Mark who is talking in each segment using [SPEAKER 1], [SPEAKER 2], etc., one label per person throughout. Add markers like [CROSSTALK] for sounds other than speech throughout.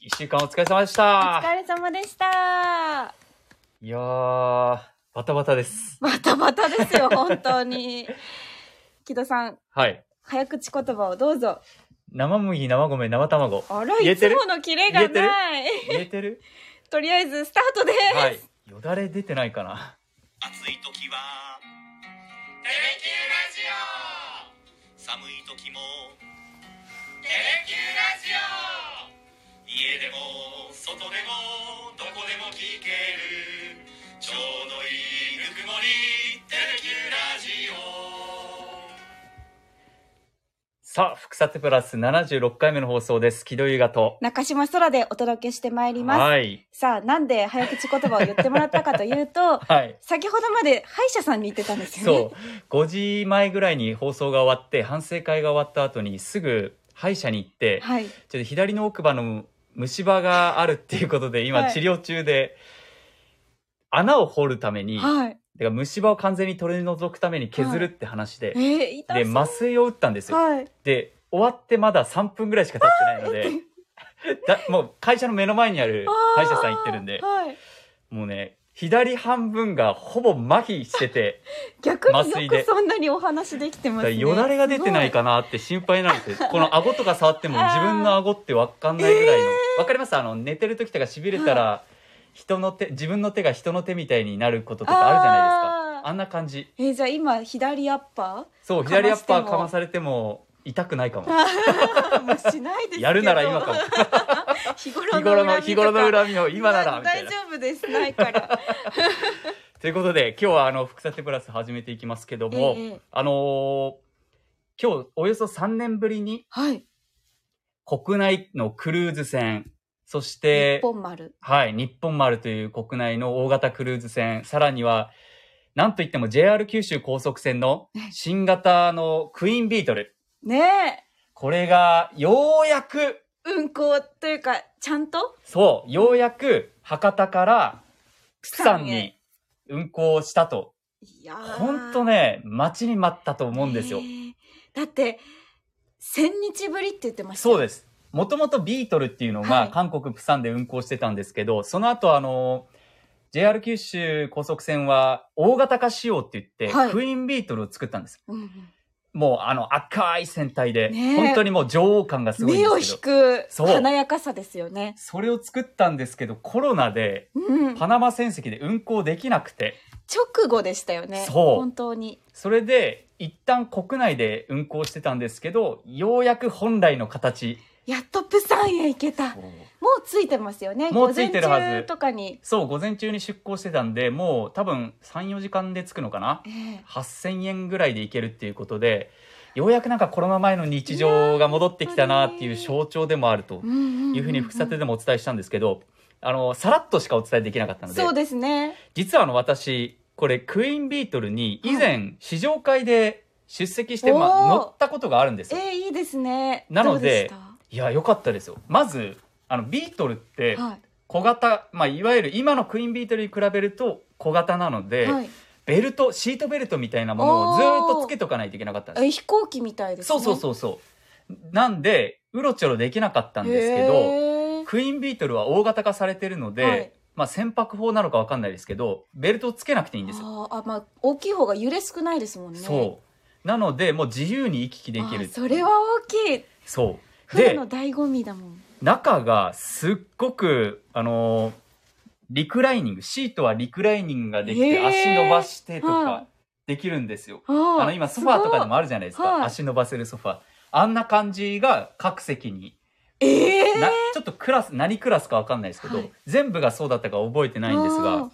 [SPEAKER 1] 一週間お疲れ様でし
[SPEAKER 2] お
[SPEAKER 1] た。
[SPEAKER 2] 疲れ様でした。
[SPEAKER 1] いやー、バタバタです。
[SPEAKER 2] バタバタです
[SPEAKER 1] [LAUGHS]
[SPEAKER 2] よ、本当に。木戸さん、
[SPEAKER 1] はい。
[SPEAKER 2] 早口言葉をどうぞ。
[SPEAKER 1] 生麦、生米、生卵。
[SPEAKER 2] あら、
[SPEAKER 1] 言え
[SPEAKER 2] い
[SPEAKER 1] て
[SPEAKER 2] つ
[SPEAKER 1] る
[SPEAKER 2] ものキレが
[SPEAKER 1] 言
[SPEAKER 2] ない。
[SPEAKER 1] 言えてる
[SPEAKER 2] とりあえず、スタートです。
[SPEAKER 1] はい。よだれ出てないかな。
[SPEAKER 3] 暑い時は「テレキューラジオ」寒い時も「テレキューラジオ」家でも外でもどこでも聞けるちょうどいいぬくもり「テレキューラジオ」
[SPEAKER 1] さあ、福さてプラス76回目の放送です。木戸優雅と。
[SPEAKER 2] 中島空でお届けしてまいります。
[SPEAKER 1] はい。
[SPEAKER 2] さあ、なんで早口言葉を言ってもらったかとい
[SPEAKER 1] [LAUGHS]
[SPEAKER 2] うと、
[SPEAKER 1] はい。
[SPEAKER 2] 先ほどまで歯医者さんに行ってたんですよね。 [LAUGHS]
[SPEAKER 1] そう。5時前ぐらいに放送が終わって、反省会が終わった後にすぐ歯医者に行って、
[SPEAKER 2] はい。
[SPEAKER 1] ちょっと左の奥歯の虫歯があるっていうことで、今
[SPEAKER 2] はい
[SPEAKER 1] 治療中で、穴を掘るために、
[SPEAKER 2] はい。
[SPEAKER 1] だから虫歯を完全に取り除くために削るって話で、
[SPEAKER 2] えー、痛
[SPEAKER 1] で
[SPEAKER 2] そう。
[SPEAKER 1] 麻酔を打ったんですよ、
[SPEAKER 2] はい。
[SPEAKER 1] で終わってまだ3分ぐらいしか経ってないのでだもう会社の目の前にある歯医者さん行ってるんで
[SPEAKER 2] はい。
[SPEAKER 1] もうね左半分がほぼ麻痺してて
[SPEAKER 2] 逆
[SPEAKER 1] 麻
[SPEAKER 2] に
[SPEAKER 1] 酔
[SPEAKER 2] よ
[SPEAKER 1] で
[SPEAKER 2] くそんなにお話できてま
[SPEAKER 1] だ
[SPEAKER 2] す
[SPEAKER 1] から
[SPEAKER 2] ね。
[SPEAKER 1] よだれが出てないかなって心配なんですよこの顎とか触っても自分の顎って分かんないぐらいの、分かりますあの寝てる時とかしびれたら人の手自分の手が人の手みたいになることとかあるじゃないです
[SPEAKER 2] あー
[SPEAKER 1] かあんな感じ
[SPEAKER 2] えーじゃあ今左アッパ
[SPEAKER 1] そう
[SPEAKER 2] かましても
[SPEAKER 1] 左アッパーかまされても痛くない
[SPEAKER 2] [LAUGHS]
[SPEAKER 1] かも
[SPEAKER 2] ーもうしないですけど
[SPEAKER 1] やるなら今
[SPEAKER 2] [LAUGHS]
[SPEAKER 1] かも
[SPEAKER 2] 日頃
[SPEAKER 1] 日頃
[SPEAKER 2] の恨みと
[SPEAKER 1] の
[SPEAKER 2] か
[SPEAKER 1] 日頃の恨みを今ならみたい
[SPEAKER 2] 大
[SPEAKER 1] な
[SPEAKER 2] 丈夫ですな
[SPEAKER 1] [LAUGHS]
[SPEAKER 2] いから
[SPEAKER 1] ということで今日はあの「福さてプラス」始めていきますけども、
[SPEAKER 2] ええ
[SPEAKER 1] あのー今日およそ3年ぶりに
[SPEAKER 2] はい
[SPEAKER 1] 国内のクルーズ船そし
[SPEAKER 2] 日
[SPEAKER 1] て
[SPEAKER 2] 本丸
[SPEAKER 1] はい、日本丸という国内の大型クルーズ船さらにはなんといっても JR 九州高速船の新型のクイーンビートル
[SPEAKER 2] ね
[SPEAKER 1] これがようやく
[SPEAKER 2] え運行というかちゃんと
[SPEAKER 1] そう、ようやく博多から
[SPEAKER 2] 釜
[SPEAKER 1] 釜山に運行したと。
[SPEAKER 2] いやー
[SPEAKER 1] ほんとね、待ちに待ったと思うんですよ。
[SPEAKER 2] ねえだって千日ぶりって言ってました
[SPEAKER 1] そう
[SPEAKER 2] で
[SPEAKER 1] です。もともとビートルっていうの
[SPEAKER 2] は
[SPEAKER 1] が
[SPEAKER 2] い
[SPEAKER 1] 韓国釜山で運行してたんですけど、その後あの、JR 九州高速船は大型化しようって言って、
[SPEAKER 2] はい
[SPEAKER 1] クイーンビートルを作ったんです。
[SPEAKER 2] す、うん
[SPEAKER 1] もうあの赤い船体で、
[SPEAKER 2] ねえ
[SPEAKER 1] 本当にもう女王感が
[SPEAKER 2] う
[SPEAKER 1] す
[SPEAKER 2] ん、
[SPEAKER 1] ごいん
[SPEAKER 2] 目を
[SPEAKER 1] で
[SPEAKER 2] 引
[SPEAKER 1] すけど。
[SPEAKER 2] く
[SPEAKER 1] そう
[SPEAKER 2] 華やかさですよね
[SPEAKER 1] それを作ったんですけど、コロナで
[SPEAKER 2] うん
[SPEAKER 1] パナマ船籍で運行できなくて、
[SPEAKER 2] 直後でしたよね
[SPEAKER 1] そう
[SPEAKER 2] 本当に
[SPEAKER 1] それで、一旦国内で運行してたんですけど、ようやく本来の形。
[SPEAKER 2] やっとプサンへ行けたもうついてますよね。
[SPEAKER 1] もうついてるはず
[SPEAKER 2] 午前中とかに。
[SPEAKER 1] そう、午前中に出航してたんで、もう多分3、4時間で着くのかな
[SPEAKER 2] ええ
[SPEAKER 1] 8000円ぐらいで行けるっていうことで、ようやくなんかコロナ前の日常が戻ってきたなっていう象徴でもあると
[SPEAKER 2] うんんんん
[SPEAKER 1] いうふうに、副査定でもお伝えしたんですけど、あの、さらっとしかお伝えできなかったので、
[SPEAKER 2] そうですね。
[SPEAKER 1] 実はあの私、これクイーンビートルに以前試乗会で出席して、まあ
[SPEAKER 2] おー
[SPEAKER 1] 乗ったことがあるんですよ
[SPEAKER 2] え。えいいですね。
[SPEAKER 1] なので
[SPEAKER 2] どう
[SPEAKER 1] いや、良かったですよ。まず、あの、ビートルって
[SPEAKER 2] し、たはい。
[SPEAKER 1] 小型、まあ、いわゆる今のクイーンビートルに比べると小型なので、
[SPEAKER 2] はい
[SPEAKER 1] ベルト、シートベルトみたいなものをずーっとつけとかないといけなかったんです。
[SPEAKER 2] え、飛行機みたいです
[SPEAKER 1] そ
[SPEAKER 2] ね。
[SPEAKER 1] うそうそうそう。なんで、うろちょろできなかった
[SPEAKER 2] うん
[SPEAKER 1] ですけど、
[SPEAKER 2] ど。
[SPEAKER 1] クイーンビートルは大型化されてるので、
[SPEAKER 2] はい
[SPEAKER 1] まあ、船舶法なのかわかんないですけど、ベルトをつけなくていいんですよ。
[SPEAKER 2] あーあ、まあ、大きい方が揺れ少ないですもんね。
[SPEAKER 1] そう。なので、もう自由に行き来で
[SPEAKER 2] あ
[SPEAKER 1] きる。
[SPEAKER 2] ーそれは大きい。
[SPEAKER 1] そう。
[SPEAKER 2] 船の醍醐味だもん。
[SPEAKER 1] 中がすっごく、あのーリクライニング、シートはリクライニングができ
[SPEAKER 2] へ
[SPEAKER 1] て、
[SPEAKER 2] ー
[SPEAKER 1] 足伸ばしてと
[SPEAKER 2] は
[SPEAKER 1] かできるんですよ。
[SPEAKER 2] あー
[SPEAKER 1] あの、今ソファーとかでもあるじゃないですか。
[SPEAKER 2] はい
[SPEAKER 1] 足伸ばせるソファー。あんな感じが各席に、
[SPEAKER 2] すごいええ
[SPEAKER 1] なちょっとクラス、何クラスかわかんないですけど、
[SPEAKER 2] はい
[SPEAKER 1] 全部がそうだったか覚えてないんです
[SPEAKER 2] あ
[SPEAKER 1] が
[SPEAKER 2] ー、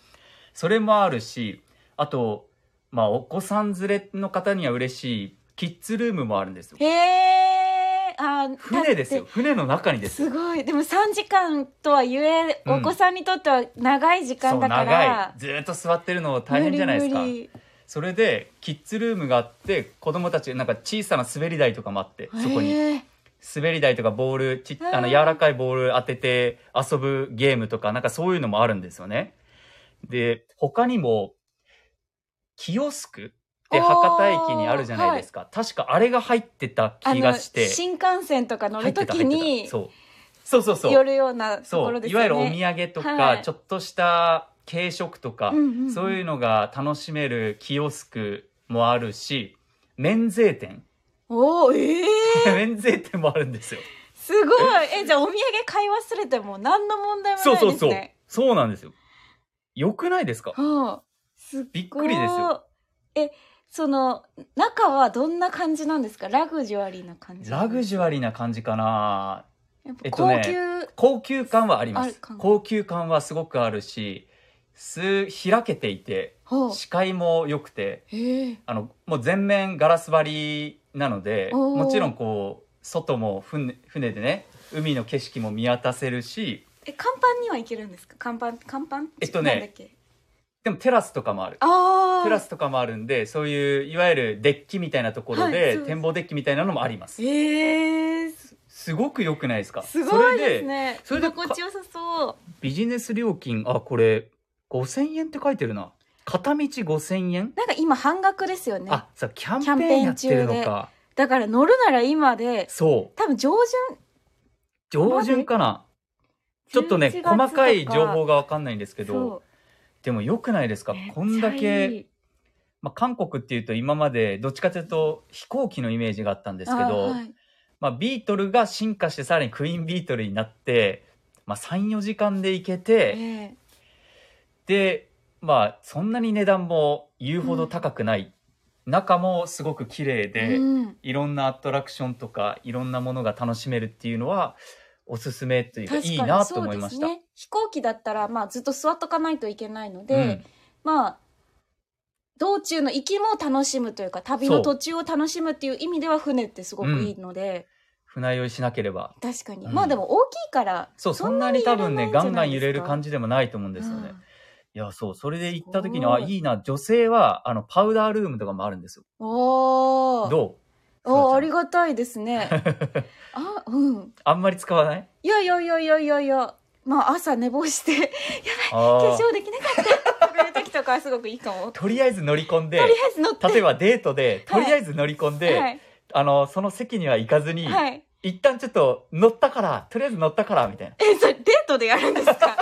[SPEAKER 1] それもあるし、あと、まあ、お子さん連れの方には嬉しい、キッズルームもあるんですよ。
[SPEAKER 2] へえ。あー
[SPEAKER 1] 船ですよ。
[SPEAKER 2] だって
[SPEAKER 1] 船の中にですよ。
[SPEAKER 2] すごい。でも3時間とはゆえ、
[SPEAKER 1] うん
[SPEAKER 2] お子さんにとっては長い時
[SPEAKER 1] そう
[SPEAKER 2] 間だか
[SPEAKER 1] 長
[SPEAKER 2] ら
[SPEAKER 1] い。ずーっと座ってるの大変じゃないですか
[SPEAKER 2] 無理無理
[SPEAKER 1] それでキッズルームがあって子供たちなんか小さな滑り台とかもあってそこに
[SPEAKER 2] へえ
[SPEAKER 1] 滑り台とかボールちっ
[SPEAKER 2] へー
[SPEAKER 1] あの柔らかいボール当てて遊ぶゲームとかなんかそういうのもあるんですよねで他にもキオスクって博多駅にあるじゃないですか、確かあれが入ってた
[SPEAKER 2] あ
[SPEAKER 1] 気
[SPEAKER 2] の
[SPEAKER 1] がして
[SPEAKER 2] 新幹線とか乗
[SPEAKER 1] 入
[SPEAKER 2] る
[SPEAKER 1] って
[SPEAKER 2] と
[SPEAKER 1] た
[SPEAKER 2] き
[SPEAKER 1] 入って
[SPEAKER 2] に
[SPEAKER 1] たそうそうそうそう
[SPEAKER 2] 寄るようなとこ
[SPEAKER 1] そ
[SPEAKER 2] ろで
[SPEAKER 1] うい
[SPEAKER 2] すよ
[SPEAKER 1] わ
[SPEAKER 2] ね。
[SPEAKER 1] ゆるお土産とか、
[SPEAKER 2] はい
[SPEAKER 1] ちょっとした軽食とか、
[SPEAKER 2] うんうんうん
[SPEAKER 1] そういうのが楽しめるキオスクもあるし免税
[SPEAKER 2] [LAUGHS]
[SPEAKER 1] 店
[SPEAKER 2] おおええ
[SPEAKER 1] 免税店もあるんですよ
[SPEAKER 2] すごいえじゃあお土産買い忘れても何の問題もない
[SPEAKER 1] そう
[SPEAKER 2] です
[SPEAKER 1] そ
[SPEAKER 2] ね。
[SPEAKER 1] うそうそうなんですよよくないですか
[SPEAKER 2] はあ、す
[SPEAKER 1] びっくりですよ。
[SPEAKER 2] え、その、中はどんな感じなんですかラグジュアリーな感じ。
[SPEAKER 1] ラグジュアリーな感じかな
[SPEAKER 2] やっぱ
[SPEAKER 1] えっとね
[SPEAKER 2] 高級、
[SPEAKER 1] 高級感はありま
[SPEAKER 2] ある
[SPEAKER 1] す
[SPEAKER 2] かな
[SPEAKER 1] 高級感はすごくあるしす開けていて
[SPEAKER 2] ほう。
[SPEAKER 1] 視界も良くて
[SPEAKER 2] ええ
[SPEAKER 1] あのもう全面ガラス張りなので
[SPEAKER 2] おー
[SPEAKER 1] もちろんこう外も船船でね海の景色も見渡せるし
[SPEAKER 2] え、甲板には行けるんですか甲板、甲板
[SPEAKER 1] えっとね
[SPEAKER 2] なんだけ
[SPEAKER 1] でもテラスとかもある
[SPEAKER 2] ああ。
[SPEAKER 1] テラスとかもあるんでそういういわゆるデッキみたいなところで、
[SPEAKER 2] はいそうです
[SPEAKER 1] 展望デッキみたいなのもあります
[SPEAKER 2] ええす
[SPEAKER 1] すごく良くないですか
[SPEAKER 2] すご
[SPEAKER 1] そ
[SPEAKER 2] いです
[SPEAKER 1] れで
[SPEAKER 2] ね。
[SPEAKER 1] それで
[SPEAKER 2] 心地よさそう。
[SPEAKER 1] ビジネス料金あこれ5000円って書いてるな片道5000円、
[SPEAKER 2] なんか今半額ですよね。
[SPEAKER 1] あさキャン
[SPEAKER 2] キャン
[SPEAKER 1] ペー
[SPEAKER 2] ペー
[SPEAKER 1] ン
[SPEAKER 2] ン
[SPEAKER 1] やってるのか
[SPEAKER 2] だから乗るなら今で、
[SPEAKER 1] そう
[SPEAKER 2] 多分上旬、
[SPEAKER 1] 上旬かなちょっとね
[SPEAKER 2] 11月とか
[SPEAKER 1] 細かい情報が分かんないんですけど
[SPEAKER 2] そ
[SPEAKER 1] でも良くないですか
[SPEAKER 2] う。めっちゃ
[SPEAKER 1] こんだ
[SPEAKER 2] い
[SPEAKER 1] け、
[SPEAKER 2] い
[SPEAKER 1] まあ、韓国っていうと今までどっちかというと飛行機のイメージがあったんですけ
[SPEAKER 2] あ
[SPEAKER 1] ど
[SPEAKER 2] はい
[SPEAKER 1] まあ、ビートルが進化してさらにクイーンビートルになって、まあ、34時間で行け
[SPEAKER 2] え
[SPEAKER 1] て
[SPEAKER 2] え
[SPEAKER 1] で、まあ、そんなに値段も言うほど高くない、中もすごく綺麗で、
[SPEAKER 2] うん、
[SPEAKER 1] いろんなアトラクションとかいろんなものが楽しめるっていうのはおすすめというか
[SPEAKER 2] 確かに
[SPEAKER 1] いいなと思いました。
[SPEAKER 2] そうですね、飛行機だったら、まあ、ずっと座っとかないといけないので、
[SPEAKER 1] うん
[SPEAKER 2] まあ道中の行きも楽しむというか旅
[SPEAKER 1] そう
[SPEAKER 2] の途中を楽しむっていう意味では船ってすごくいいので、
[SPEAKER 1] 船酔いしなければ
[SPEAKER 2] 確かに、
[SPEAKER 1] うん
[SPEAKER 2] まあでも大きいから
[SPEAKER 1] そうそんなに多分ねガンガン揺れる感
[SPEAKER 2] じ
[SPEAKER 1] じでもないと思うんですよね。
[SPEAKER 2] う
[SPEAKER 1] い
[SPEAKER 2] ん
[SPEAKER 1] やそうそれで行った時に
[SPEAKER 2] すご
[SPEAKER 1] あ
[SPEAKER 2] い
[SPEAKER 1] いいな女性はあのパウダールームとかもあるんですよ。
[SPEAKER 2] おー
[SPEAKER 1] どうすなち
[SPEAKER 2] おーあ
[SPEAKER 1] ゃん
[SPEAKER 2] りがたいです
[SPEAKER 1] [LAUGHS]
[SPEAKER 2] ねあうん
[SPEAKER 1] あんまり使わない
[SPEAKER 2] いやいやいやいやいやいやまあ朝寝坊して
[SPEAKER 1] あ
[SPEAKER 2] 化
[SPEAKER 1] ー
[SPEAKER 2] 粧できなかったとかいう時とかはすごくいいかもと
[SPEAKER 1] とりあえず乗り込 [LAUGHS] んで
[SPEAKER 2] りあえず乗って
[SPEAKER 1] 例えばデートで
[SPEAKER 2] は
[SPEAKER 1] と
[SPEAKER 2] い
[SPEAKER 1] りあえず乗り込んで、
[SPEAKER 2] はい
[SPEAKER 1] あのその席には行かずに、
[SPEAKER 2] はい
[SPEAKER 1] 一旦ちょっと乗ったからとりあえず乗ったからみたいな
[SPEAKER 2] えそれデートでやるんですか [LAUGHS] カッ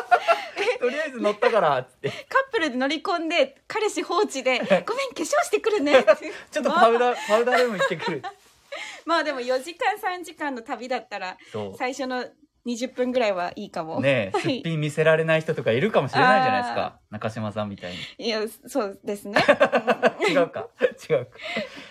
[SPEAKER 1] とりあえず乗ったからっつって
[SPEAKER 2] プルで乗り込んで彼氏放置
[SPEAKER 1] [LAUGHS]
[SPEAKER 2] で「ごめん化粧してくるね」って
[SPEAKER 1] ちょっとパウ
[SPEAKER 2] まあ、
[SPEAKER 1] ダー、パウダールーム行ってくる。
[SPEAKER 2] [LAUGHS] まあでも4時間3時間の旅だったら
[SPEAKER 1] そ
[SPEAKER 2] 最初の20分ぐらいはいいかも、
[SPEAKER 1] う。ねえ、すっぴん見せられない人とかいるかもしれないじゃないですか。中島さんみたいに。
[SPEAKER 2] いやそうで
[SPEAKER 1] [LAUGHS]
[SPEAKER 2] すね
[SPEAKER 1] 違うか。 [LAUGHS] 違うか。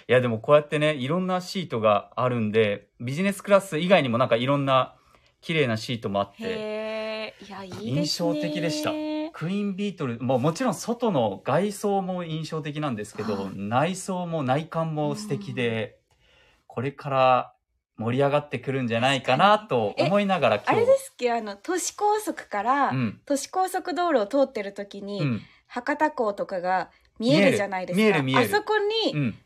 [SPEAKER 1] いや、でもこうやってね、いろんなシートがあるんで、ビジネスクラス以外にもなんかいろんな綺麗なシートもあって、
[SPEAKER 2] へえいやいいですね
[SPEAKER 1] 印象的でしたクイーンビートル、もうもちろん外の外装も印象的なんですけど
[SPEAKER 2] は、
[SPEAKER 1] 内装も内観も素敵で、これから盛り上がってくるんじゃないかなと思いながら
[SPEAKER 2] あ
[SPEAKER 1] 今
[SPEAKER 2] れ
[SPEAKER 1] 日。
[SPEAKER 2] ですっけあの都市高速から、
[SPEAKER 1] うん。
[SPEAKER 2] 都市高速道路を通ってる時に、
[SPEAKER 1] うん。
[SPEAKER 2] 博多港とかが見えるじゃないですか
[SPEAKER 1] 見える見える見える
[SPEAKER 2] あそこ
[SPEAKER 1] う
[SPEAKER 2] に
[SPEAKER 1] ん。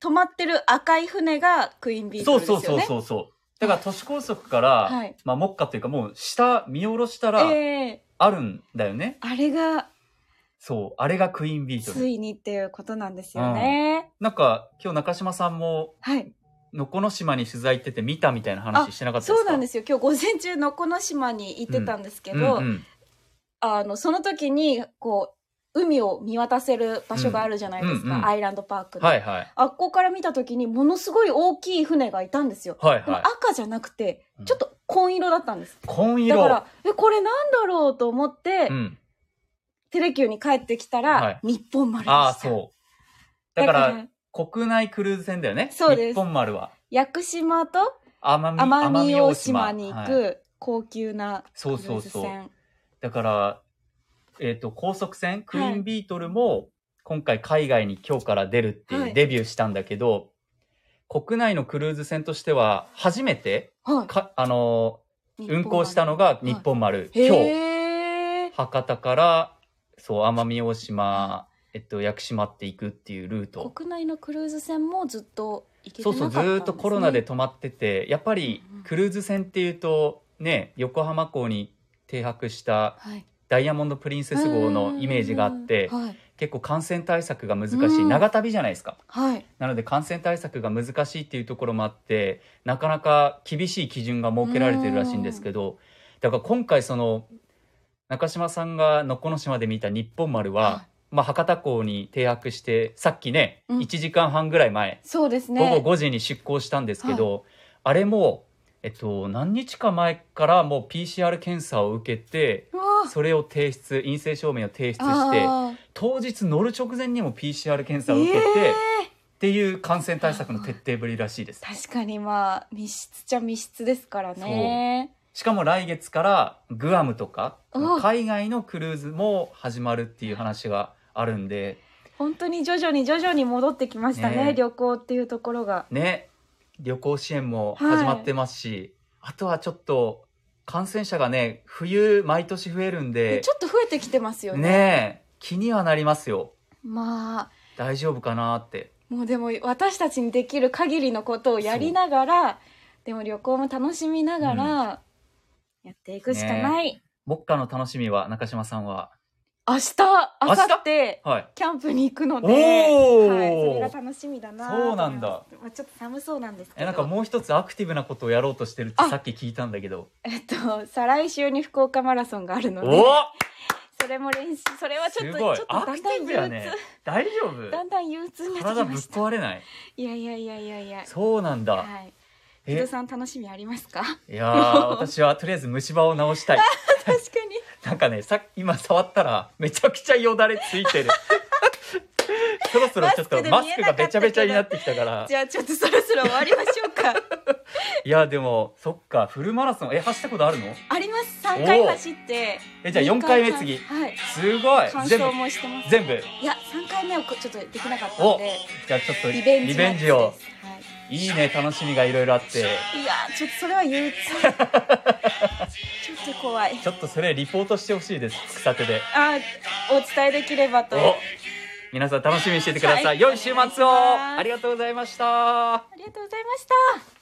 [SPEAKER 2] 止まってる赤い船がクイーンビー
[SPEAKER 1] そ
[SPEAKER 2] ト
[SPEAKER 1] う
[SPEAKER 2] ルですよ
[SPEAKER 1] そう
[SPEAKER 2] ね
[SPEAKER 1] そうそうそうだから都市高速から、
[SPEAKER 2] はい
[SPEAKER 1] まあ、目下というかもう下見下ろしたら
[SPEAKER 2] ええ
[SPEAKER 1] あるんだよね、
[SPEAKER 2] あれが
[SPEAKER 1] そうあれがクイーンビート
[SPEAKER 2] つ
[SPEAKER 1] ル
[SPEAKER 2] いにっていうことなんですよね。
[SPEAKER 1] なんか今日中島さんも
[SPEAKER 2] はい、
[SPEAKER 1] のこの島に取材行ってて見たみたいな話してなかったですか
[SPEAKER 2] そうなんですすよ。今日午前中のこの島に行ってたんですけど、
[SPEAKER 1] うんうん、
[SPEAKER 2] あのその時にこう海を見渡せる場所があるじゃないです
[SPEAKER 1] うん
[SPEAKER 2] か、
[SPEAKER 1] うんうん
[SPEAKER 2] アイランドパークの。
[SPEAKER 1] はいはい
[SPEAKER 2] あっこから見た時にものすごい大きい船がいたんですよ。
[SPEAKER 1] はい
[SPEAKER 2] でも
[SPEAKER 1] はい
[SPEAKER 2] 赤じゃなくて
[SPEAKER 1] うん
[SPEAKER 2] ちょっと紺色だったんです。
[SPEAKER 1] 紺
[SPEAKER 2] だ
[SPEAKER 1] 色
[SPEAKER 2] からえこれなんだろうと思って、
[SPEAKER 1] うん、
[SPEAKER 2] テレキューに帰ってきた
[SPEAKER 1] は
[SPEAKER 2] ら
[SPEAKER 1] い、
[SPEAKER 2] 日本丸でした。
[SPEAKER 1] ああそうだから国内クルーズ船だよね
[SPEAKER 2] そうで
[SPEAKER 1] 日
[SPEAKER 2] す
[SPEAKER 1] 本丸は
[SPEAKER 2] 屋久島と
[SPEAKER 1] 奄美
[SPEAKER 2] 奄美大島
[SPEAKER 1] 奄美
[SPEAKER 2] に行
[SPEAKER 1] はい
[SPEAKER 2] く高級なク
[SPEAKER 1] そ
[SPEAKER 2] ル
[SPEAKER 1] うそ
[SPEAKER 2] ー
[SPEAKER 1] う
[SPEAKER 2] ズ
[SPEAKER 1] そう
[SPEAKER 2] 船
[SPEAKER 1] だから、えっと高速船クイーンビートルも今回海外に今日から出るっていう、
[SPEAKER 2] はい
[SPEAKER 1] デビューしたんだけど国内のクルーズ船としては初めて
[SPEAKER 2] はい
[SPEAKER 1] か、あのー運航したの
[SPEAKER 2] が
[SPEAKER 1] が日本丸、今日
[SPEAKER 2] へえ
[SPEAKER 1] 博多からそう奄美大島、えっと、屋久島って行くっていうルート、
[SPEAKER 2] 国内のクルーズ船もずっと行けて
[SPEAKER 1] そ
[SPEAKER 2] な
[SPEAKER 1] う
[SPEAKER 2] か
[SPEAKER 1] そ
[SPEAKER 2] った
[SPEAKER 1] う
[SPEAKER 2] んです、ね、
[SPEAKER 1] ずーっとコロナで止まっててやっぱり
[SPEAKER 2] うんうん
[SPEAKER 1] クルーズ船っていうとね横浜港に停泊した
[SPEAKER 2] はい
[SPEAKER 1] ダイヤモンド・プリンセス号のイメージがあって。
[SPEAKER 2] はい
[SPEAKER 1] 結構感染対策が難しい、
[SPEAKER 2] うん
[SPEAKER 1] 長旅じゃないですか
[SPEAKER 2] はい。
[SPEAKER 1] なので感染対策が難しいっていうところもあってなかなか厳しい基準が設けられてるらしいんですけどだから今回その中島さんがのこの島で見た「日本丸は」
[SPEAKER 2] は
[SPEAKER 1] まあ、博多港に停泊してさっきね、
[SPEAKER 2] うん
[SPEAKER 1] 1時間半ぐらい前
[SPEAKER 2] そうですね。
[SPEAKER 1] 午後5時に出港したんですけど、あれも、えっと、何日か前からもう PCR 検査を受けて
[SPEAKER 2] うわ
[SPEAKER 1] それを提出陰性証明を提出して
[SPEAKER 2] あー
[SPEAKER 1] 当日乗る直前にも PCR 検査を受けて、
[SPEAKER 2] え
[SPEAKER 1] っていう感染対策の徹底ぶりらしいです
[SPEAKER 2] ー確かにまあ密室ちゃ密室ですからね。
[SPEAKER 1] しかも来月からグアムとか
[SPEAKER 2] うん
[SPEAKER 1] 海外のクルーズも始まるっていう話があるんで
[SPEAKER 2] 本当に徐々に徐々に戻ってきましたね
[SPEAKER 1] ね
[SPEAKER 2] 旅行っていうところが。
[SPEAKER 1] ね旅行支援も始まってますし、あとはちょっと感染者がね冬毎年増えるんで
[SPEAKER 2] ちょっと増えてきてますよ
[SPEAKER 1] ね
[SPEAKER 2] ね。
[SPEAKER 1] え気にはなりますよ
[SPEAKER 2] まあ
[SPEAKER 1] 大丈夫かなって
[SPEAKER 2] もうでも私たちにできる限りのことをやりながらでも旅行も楽しみながらやっていくしかない、
[SPEAKER 1] 目下の楽しみは中島さんは
[SPEAKER 2] 明日明
[SPEAKER 1] 明日
[SPEAKER 2] 後日
[SPEAKER 1] はい
[SPEAKER 2] キャンプに行くので、
[SPEAKER 1] おー
[SPEAKER 2] はい、それが楽しみだなと思
[SPEAKER 1] そう
[SPEAKER 2] います
[SPEAKER 1] なんだ
[SPEAKER 2] まあ、ちょっと寒そうなんですけど
[SPEAKER 1] えなんかもう一つアクティブなことをやろうとしてるって
[SPEAKER 2] あ
[SPEAKER 1] さっき聞いたんだけど
[SPEAKER 2] えっと再来週に福岡マラソンがあるので
[SPEAKER 1] お
[SPEAKER 2] それも練習それはちょっ
[SPEAKER 1] す
[SPEAKER 2] と
[SPEAKER 1] ごい
[SPEAKER 2] ちょっと
[SPEAKER 1] ア
[SPEAKER 2] だ
[SPEAKER 1] ク
[SPEAKER 2] ん
[SPEAKER 1] テ
[SPEAKER 2] だん
[SPEAKER 1] ィブ
[SPEAKER 2] 憂
[SPEAKER 1] や
[SPEAKER 2] 鬱、
[SPEAKER 1] ね大丈夫
[SPEAKER 2] だんだん憂鬱になって
[SPEAKER 1] 体
[SPEAKER 2] き
[SPEAKER 1] ぶ
[SPEAKER 2] ま
[SPEAKER 1] っ
[SPEAKER 2] した
[SPEAKER 1] 壊れない
[SPEAKER 2] いやいやいやいやいや
[SPEAKER 1] そうなんだ、
[SPEAKER 2] はい木
[SPEAKER 1] え
[SPEAKER 2] 戸さん楽しみありま
[SPEAKER 1] [LAUGHS]
[SPEAKER 2] すか
[SPEAKER 1] いやー私はとりあえず虫歯を治した
[SPEAKER 2] [LAUGHS]
[SPEAKER 1] い
[SPEAKER 2] 確かに
[SPEAKER 1] なんかねさっき今触ったらめちゃくちゃよだれつい
[SPEAKER 2] [LAUGHS]
[SPEAKER 1] てるそろそろちょっと
[SPEAKER 2] マ
[SPEAKER 1] マスク
[SPEAKER 2] スクで見えなか
[SPEAKER 1] が
[SPEAKER 2] ったけど
[SPEAKER 1] べちゃべちゃになってきたから
[SPEAKER 2] じゃあちょっとそろそろ終わりましょう
[SPEAKER 1] [LAUGHS]
[SPEAKER 2] か
[SPEAKER 1] いやでもそっかフルマラソンえ走ったことあるの
[SPEAKER 2] あります3回走って
[SPEAKER 1] えじゃあ4回目次
[SPEAKER 2] はい
[SPEAKER 1] すごい
[SPEAKER 2] 完
[SPEAKER 1] 全部
[SPEAKER 2] 走もしてます
[SPEAKER 1] 全部
[SPEAKER 2] いや3回目をこちょっとできなかったの
[SPEAKER 1] お
[SPEAKER 2] で
[SPEAKER 1] じゃあちょっと
[SPEAKER 2] リベンジ
[SPEAKER 1] リベンジを
[SPEAKER 2] マッチですはい
[SPEAKER 1] いいね楽しみがいろいろあって
[SPEAKER 2] いやーちょっとそれは憂
[SPEAKER 1] [LAUGHS]
[SPEAKER 2] 鬱ちょっと怖い
[SPEAKER 1] ちょっとそれリポートしてほしいです草手で
[SPEAKER 2] あーお伝えできればと
[SPEAKER 1] お
[SPEAKER 2] あ
[SPEAKER 1] 皆さん楽しみにしててください、
[SPEAKER 2] はい
[SPEAKER 1] 良い週末を
[SPEAKER 2] お願いします
[SPEAKER 1] ありがとうございました
[SPEAKER 2] りがとうございました